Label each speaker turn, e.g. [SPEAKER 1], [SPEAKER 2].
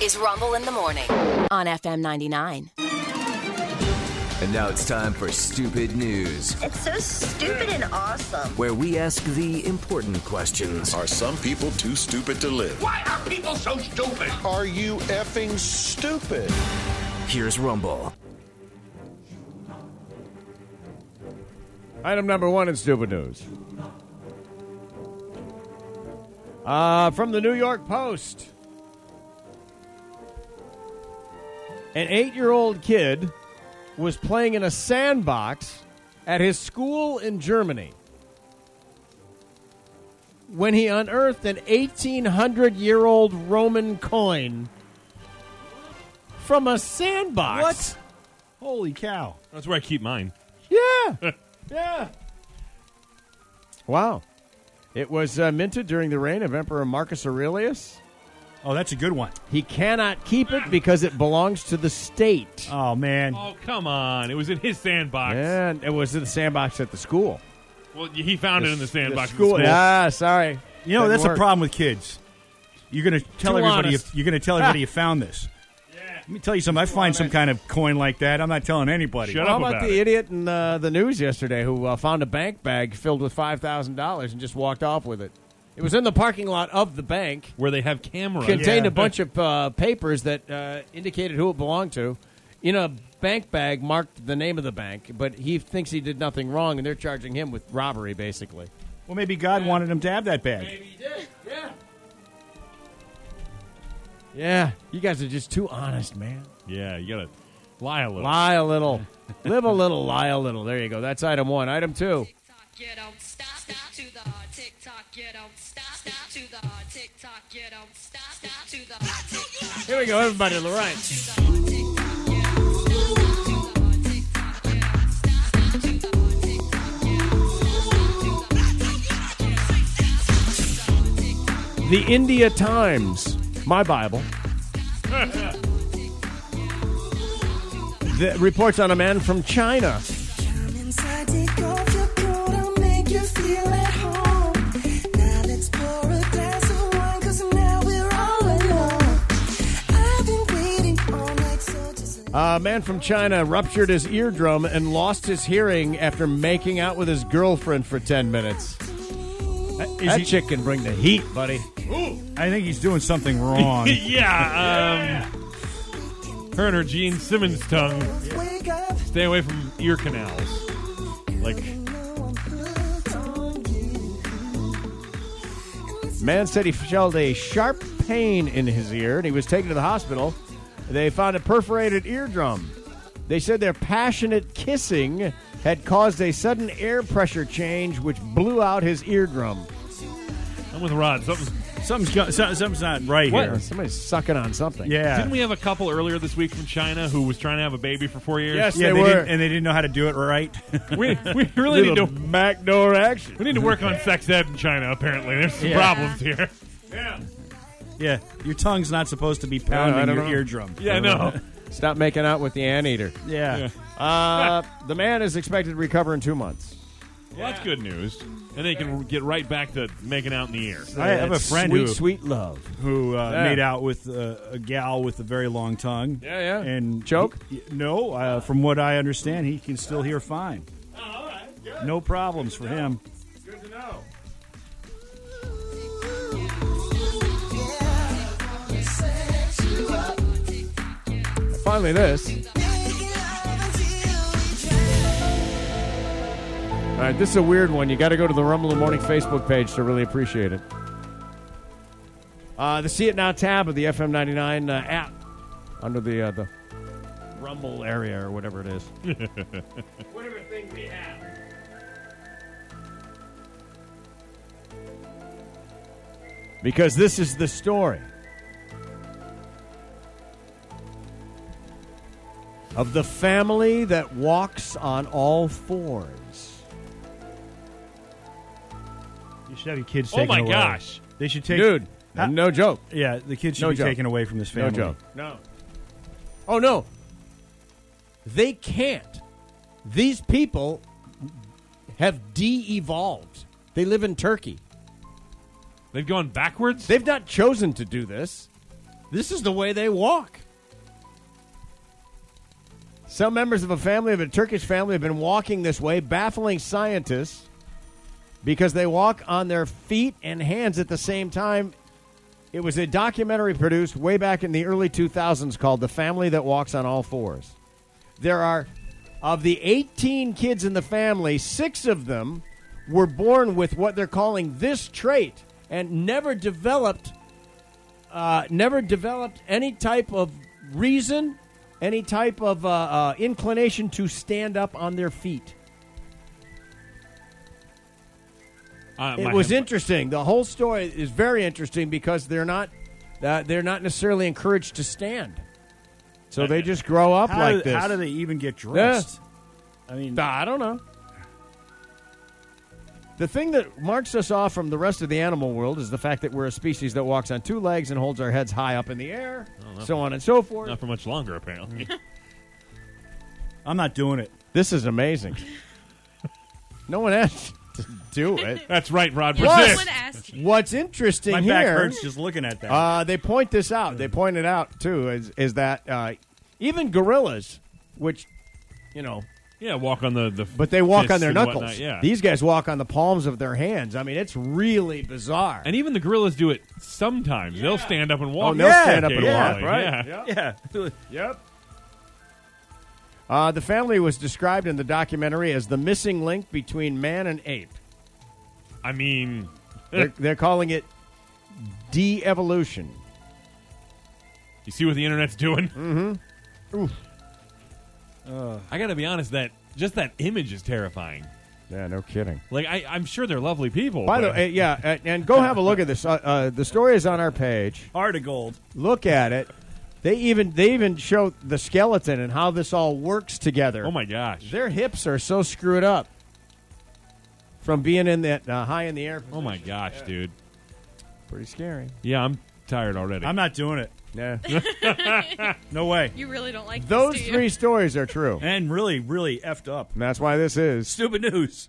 [SPEAKER 1] is Rumble in the Morning on FM 99.
[SPEAKER 2] And now it's time for Stupid News,
[SPEAKER 3] It's so stupid and awesome.
[SPEAKER 2] where we ask the important questions.
[SPEAKER 4] Are some people too stupid to live?
[SPEAKER 5] Why are people so stupid?
[SPEAKER 6] Are you effing stupid?
[SPEAKER 2] Here's Rumble.
[SPEAKER 7] Item number one in stupid news. Uh, from the New York Post. An eight year old kid was playing in a sandbox at his school in Germany when he unearthed an 1,800 year old Roman coin from a sandbox. What? Holy cow.
[SPEAKER 8] That's where I keep mine.
[SPEAKER 7] Yeah. yeah. Wow. It was uh, minted during the reign of Emperor Marcus Aurelius.
[SPEAKER 9] Oh, that's a good one.
[SPEAKER 7] He cannot keep it because it belongs to the state.
[SPEAKER 9] Oh man,
[SPEAKER 8] Oh, come on. It was in his sandbox.
[SPEAKER 7] And it was in the sandbox at the school.
[SPEAKER 8] Well, he found it in the sandbox. at
[SPEAKER 7] school.
[SPEAKER 8] school.
[SPEAKER 7] Ah, sorry.
[SPEAKER 9] you know
[SPEAKER 7] Didn't
[SPEAKER 9] that's
[SPEAKER 7] work.
[SPEAKER 9] a problem with kids. You're gonna tell
[SPEAKER 8] Too
[SPEAKER 9] everybody.
[SPEAKER 8] honest.
[SPEAKER 9] If, you're gonna tell
[SPEAKER 7] Ah.
[SPEAKER 9] everybody you found this. Let me tell you something. I find some kind of coin like that. I'm not telling anybody.
[SPEAKER 8] Shut
[SPEAKER 7] How
[SPEAKER 8] up
[SPEAKER 7] about,
[SPEAKER 8] about
[SPEAKER 7] the
[SPEAKER 8] it.
[SPEAKER 7] idiot in uh, the news yesterday who uh, found a bank bag filled with five thousand dollars and just walked off with it? It was in the parking lot of the bank.
[SPEAKER 8] Where they have cameras.
[SPEAKER 7] contained
[SPEAKER 9] Yeah.
[SPEAKER 7] a bunch of uh, papers that uh, indicated who it belonged to. In a bank bag marked the name of the bank, but he thinks he did nothing wrong, and they're charging him with robbery, basically.
[SPEAKER 9] Well, maybe God wanted him to have that bag.
[SPEAKER 7] Yeah, you guys are just too honest, man.
[SPEAKER 8] Yeah, you gotta lie a little.
[SPEAKER 7] Lie a little, live a little, lie a little. There you go. That's item one. Item two.
[SPEAKER 10] TikTok, you don't stop, stop to the TikTok, you don't stop, stop to the TikTok, you don't stop, stop to the TikTok.
[SPEAKER 7] Here we go, everybody. Lorraine. The India Times, my Bible, the reports on a man from China A man from China ruptured his eardrum and lost his hearing after making out with his girlfriend for 10 minutes.
[SPEAKER 9] Is
[SPEAKER 7] that
[SPEAKER 9] he-
[SPEAKER 7] chick can bring the heat, buddy.
[SPEAKER 9] I think he's doing something wrong.
[SPEAKER 8] yeah, um, her and her Gene Simmons tongue. Stay away from ear canals. Like,
[SPEAKER 7] Man said he felt a sharp pain in his ear and he was taken to the hospital. They found a perforated eardrum. They said their passionate kissing had caused a sudden air pressure change which blew out his eardrum.
[SPEAKER 8] I'm with Rod. Something's
[SPEAKER 9] something's go- so- something's not right
[SPEAKER 8] What?
[SPEAKER 9] here.
[SPEAKER 7] Somebody's sucking on something.
[SPEAKER 9] Yeah.
[SPEAKER 8] Didn't we have a couple earlier this week from China who was trying to have a baby for four years?
[SPEAKER 7] Yes.
[SPEAKER 9] yeah,
[SPEAKER 7] They
[SPEAKER 9] they
[SPEAKER 7] were.
[SPEAKER 9] didn't, and they didn't know how to do it right.
[SPEAKER 8] We, we really need to
[SPEAKER 7] back door action.
[SPEAKER 8] we need to work on sex ed in China. Apparently, there's some
[SPEAKER 9] Yeah.
[SPEAKER 8] problems here. Yeah,
[SPEAKER 9] yeah, your tongue's not supposed to be pounding
[SPEAKER 7] don't
[SPEAKER 9] your
[SPEAKER 7] know.
[SPEAKER 9] eardrum.
[SPEAKER 8] yeah, no.
[SPEAKER 7] Stop making out with the anteater.
[SPEAKER 9] Yeah.
[SPEAKER 7] Uh, the man is expected to recover in two months.
[SPEAKER 8] Well, that's good news. And they can get right back to making out in the air.
[SPEAKER 9] I have a friend
[SPEAKER 7] sweet,
[SPEAKER 9] who
[SPEAKER 7] sweet love.
[SPEAKER 9] who uh,
[SPEAKER 7] Yeah.
[SPEAKER 9] made out with uh, a gal with a very long tongue.
[SPEAKER 7] Yeah, yeah.
[SPEAKER 9] And
[SPEAKER 7] Choke?
[SPEAKER 9] y- no, uh, from what I understand, he can still hear fine.
[SPEAKER 8] Oh,
[SPEAKER 9] No problems for him.
[SPEAKER 7] Finally, this. All right, this is a weird one. You got to go to the Rumble in the Morning Facebook page to really appreciate it. Uh, the See It Now tab of the FM 99 uh, app under the uh, the Rumble area or whatever it is. whatever thing we have. Because this is the story. of the family that walks on all fours.
[SPEAKER 9] You should have your kids.
[SPEAKER 8] Oh my gosh!
[SPEAKER 9] They should take
[SPEAKER 7] Dude,
[SPEAKER 9] Huh?
[SPEAKER 7] no joke.
[SPEAKER 9] Yeah, the kids should
[SPEAKER 7] No
[SPEAKER 9] be
[SPEAKER 7] joke.
[SPEAKER 9] taken away from this
[SPEAKER 7] No
[SPEAKER 9] family.
[SPEAKER 7] joke. No. Oh, no. They can't. These people have de evolved. They live in Turkey.
[SPEAKER 8] They've gone backwards.
[SPEAKER 7] They've not chosen to do this.
[SPEAKER 8] This is the way they walk.
[SPEAKER 7] Some members of a family of a Turkish family have been walking this way, baffling scientists because they walk on their feet and hands at the same time. It was a documentary produced way back in the early 2000s called The Family That Walks on All Fours. There are, of the 18 kids in the family, six of them were born with what they're calling this trait and never developed uh, never developed any type of reason, any type of uh, uh, inclination to stand up on their feet.
[SPEAKER 8] Uh,
[SPEAKER 7] It
[SPEAKER 8] my
[SPEAKER 7] was
[SPEAKER 8] hand-
[SPEAKER 7] interesting. The whole story is very interesting because they're not uh, they're not necessarily encouraged to stand, so they just grow up
[SPEAKER 9] How,
[SPEAKER 7] like
[SPEAKER 9] do,
[SPEAKER 7] this.
[SPEAKER 9] how do they even get dressed? I mean,
[SPEAKER 7] I don't know. The thing that marks us off from the rest of the animal world is the fact that we're a species that walks on two legs and holds our heads high up in the air, so on and so forth.
[SPEAKER 8] Not for much longer, apparently.
[SPEAKER 9] Mm-hmm. I'm not doing it.
[SPEAKER 7] This is amazing. no one asked to do it.
[SPEAKER 8] That's right, Rod.
[SPEAKER 7] What?
[SPEAKER 8] Resist.
[SPEAKER 10] Someone asked you.
[SPEAKER 7] What's interesting
[SPEAKER 9] My
[SPEAKER 7] here,
[SPEAKER 9] back hurts just looking at that.
[SPEAKER 7] uh, they point this out. They point it out too. Is is that uh, even gorillas, which you know,
[SPEAKER 8] Yeah, walk on the the.
[SPEAKER 7] but they walk
[SPEAKER 8] fists
[SPEAKER 7] on their
[SPEAKER 8] and
[SPEAKER 7] knuckles.
[SPEAKER 8] whatnot, yeah.
[SPEAKER 7] These guys walk on the palms of their hands. I mean, it's really bizarre.
[SPEAKER 8] and even the gorillas do it sometimes. They'll stand up and walk.
[SPEAKER 7] Oh, they'll
[SPEAKER 9] Yeah,
[SPEAKER 7] stand up and
[SPEAKER 8] yeah,
[SPEAKER 7] walk,
[SPEAKER 8] right?
[SPEAKER 7] right?
[SPEAKER 8] Yeah.
[SPEAKER 9] yeah.
[SPEAKER 7] Yep. Uh, the family was described in the documentary as the missing link between man and ape.
[SPEAKER 8] I mean,
[SPEAKER 7] They're, they're calling it de-evolution.
[SPEAKER 8] you see what the internet's doing. Mm-hmm. I got to be honest. That just that image is terrifying.
[SPEAKER 7] Yeah, no kidding.
[SPEAKER 8] Like I, I'm sure they're lovely people.
[SPEAKER 7] By the
[SPEAKER 8] but-
[SPEAKER 7] way, yeah, and- and go have a look at this. Uh, uh, the story is on our page.
[SPEAKER 9] Heart of gold.
[SPEAKER 7] Look at it. They even they even show the skeleton and how this all works together.
[SPEAKER 8] oh my gosh.
[SPEAKER 7] Their hips are so screwed up from being in that uh, high in the air.
[SPEAKER 8] Oh my gosh, dude.
[SPEAKER 7] Pretty scary.
[SPEAKER 8] Yeah, I'm tired already.
[SPEAKER 9] I'm not doing it.
[SPEAKER 7] Yeah.
[SPEAKER 9] No way.
[SPEAKER 10] You really don't like
[SPEAKER 7] Those
[SPEAKER 10] this, do you?
[SPEAKER 7] three stories are true, and
[SPEAKER 9] And really, really effed up.
[SPEAKER 7] that's why this is
[SPEAKER 9] Stupid news.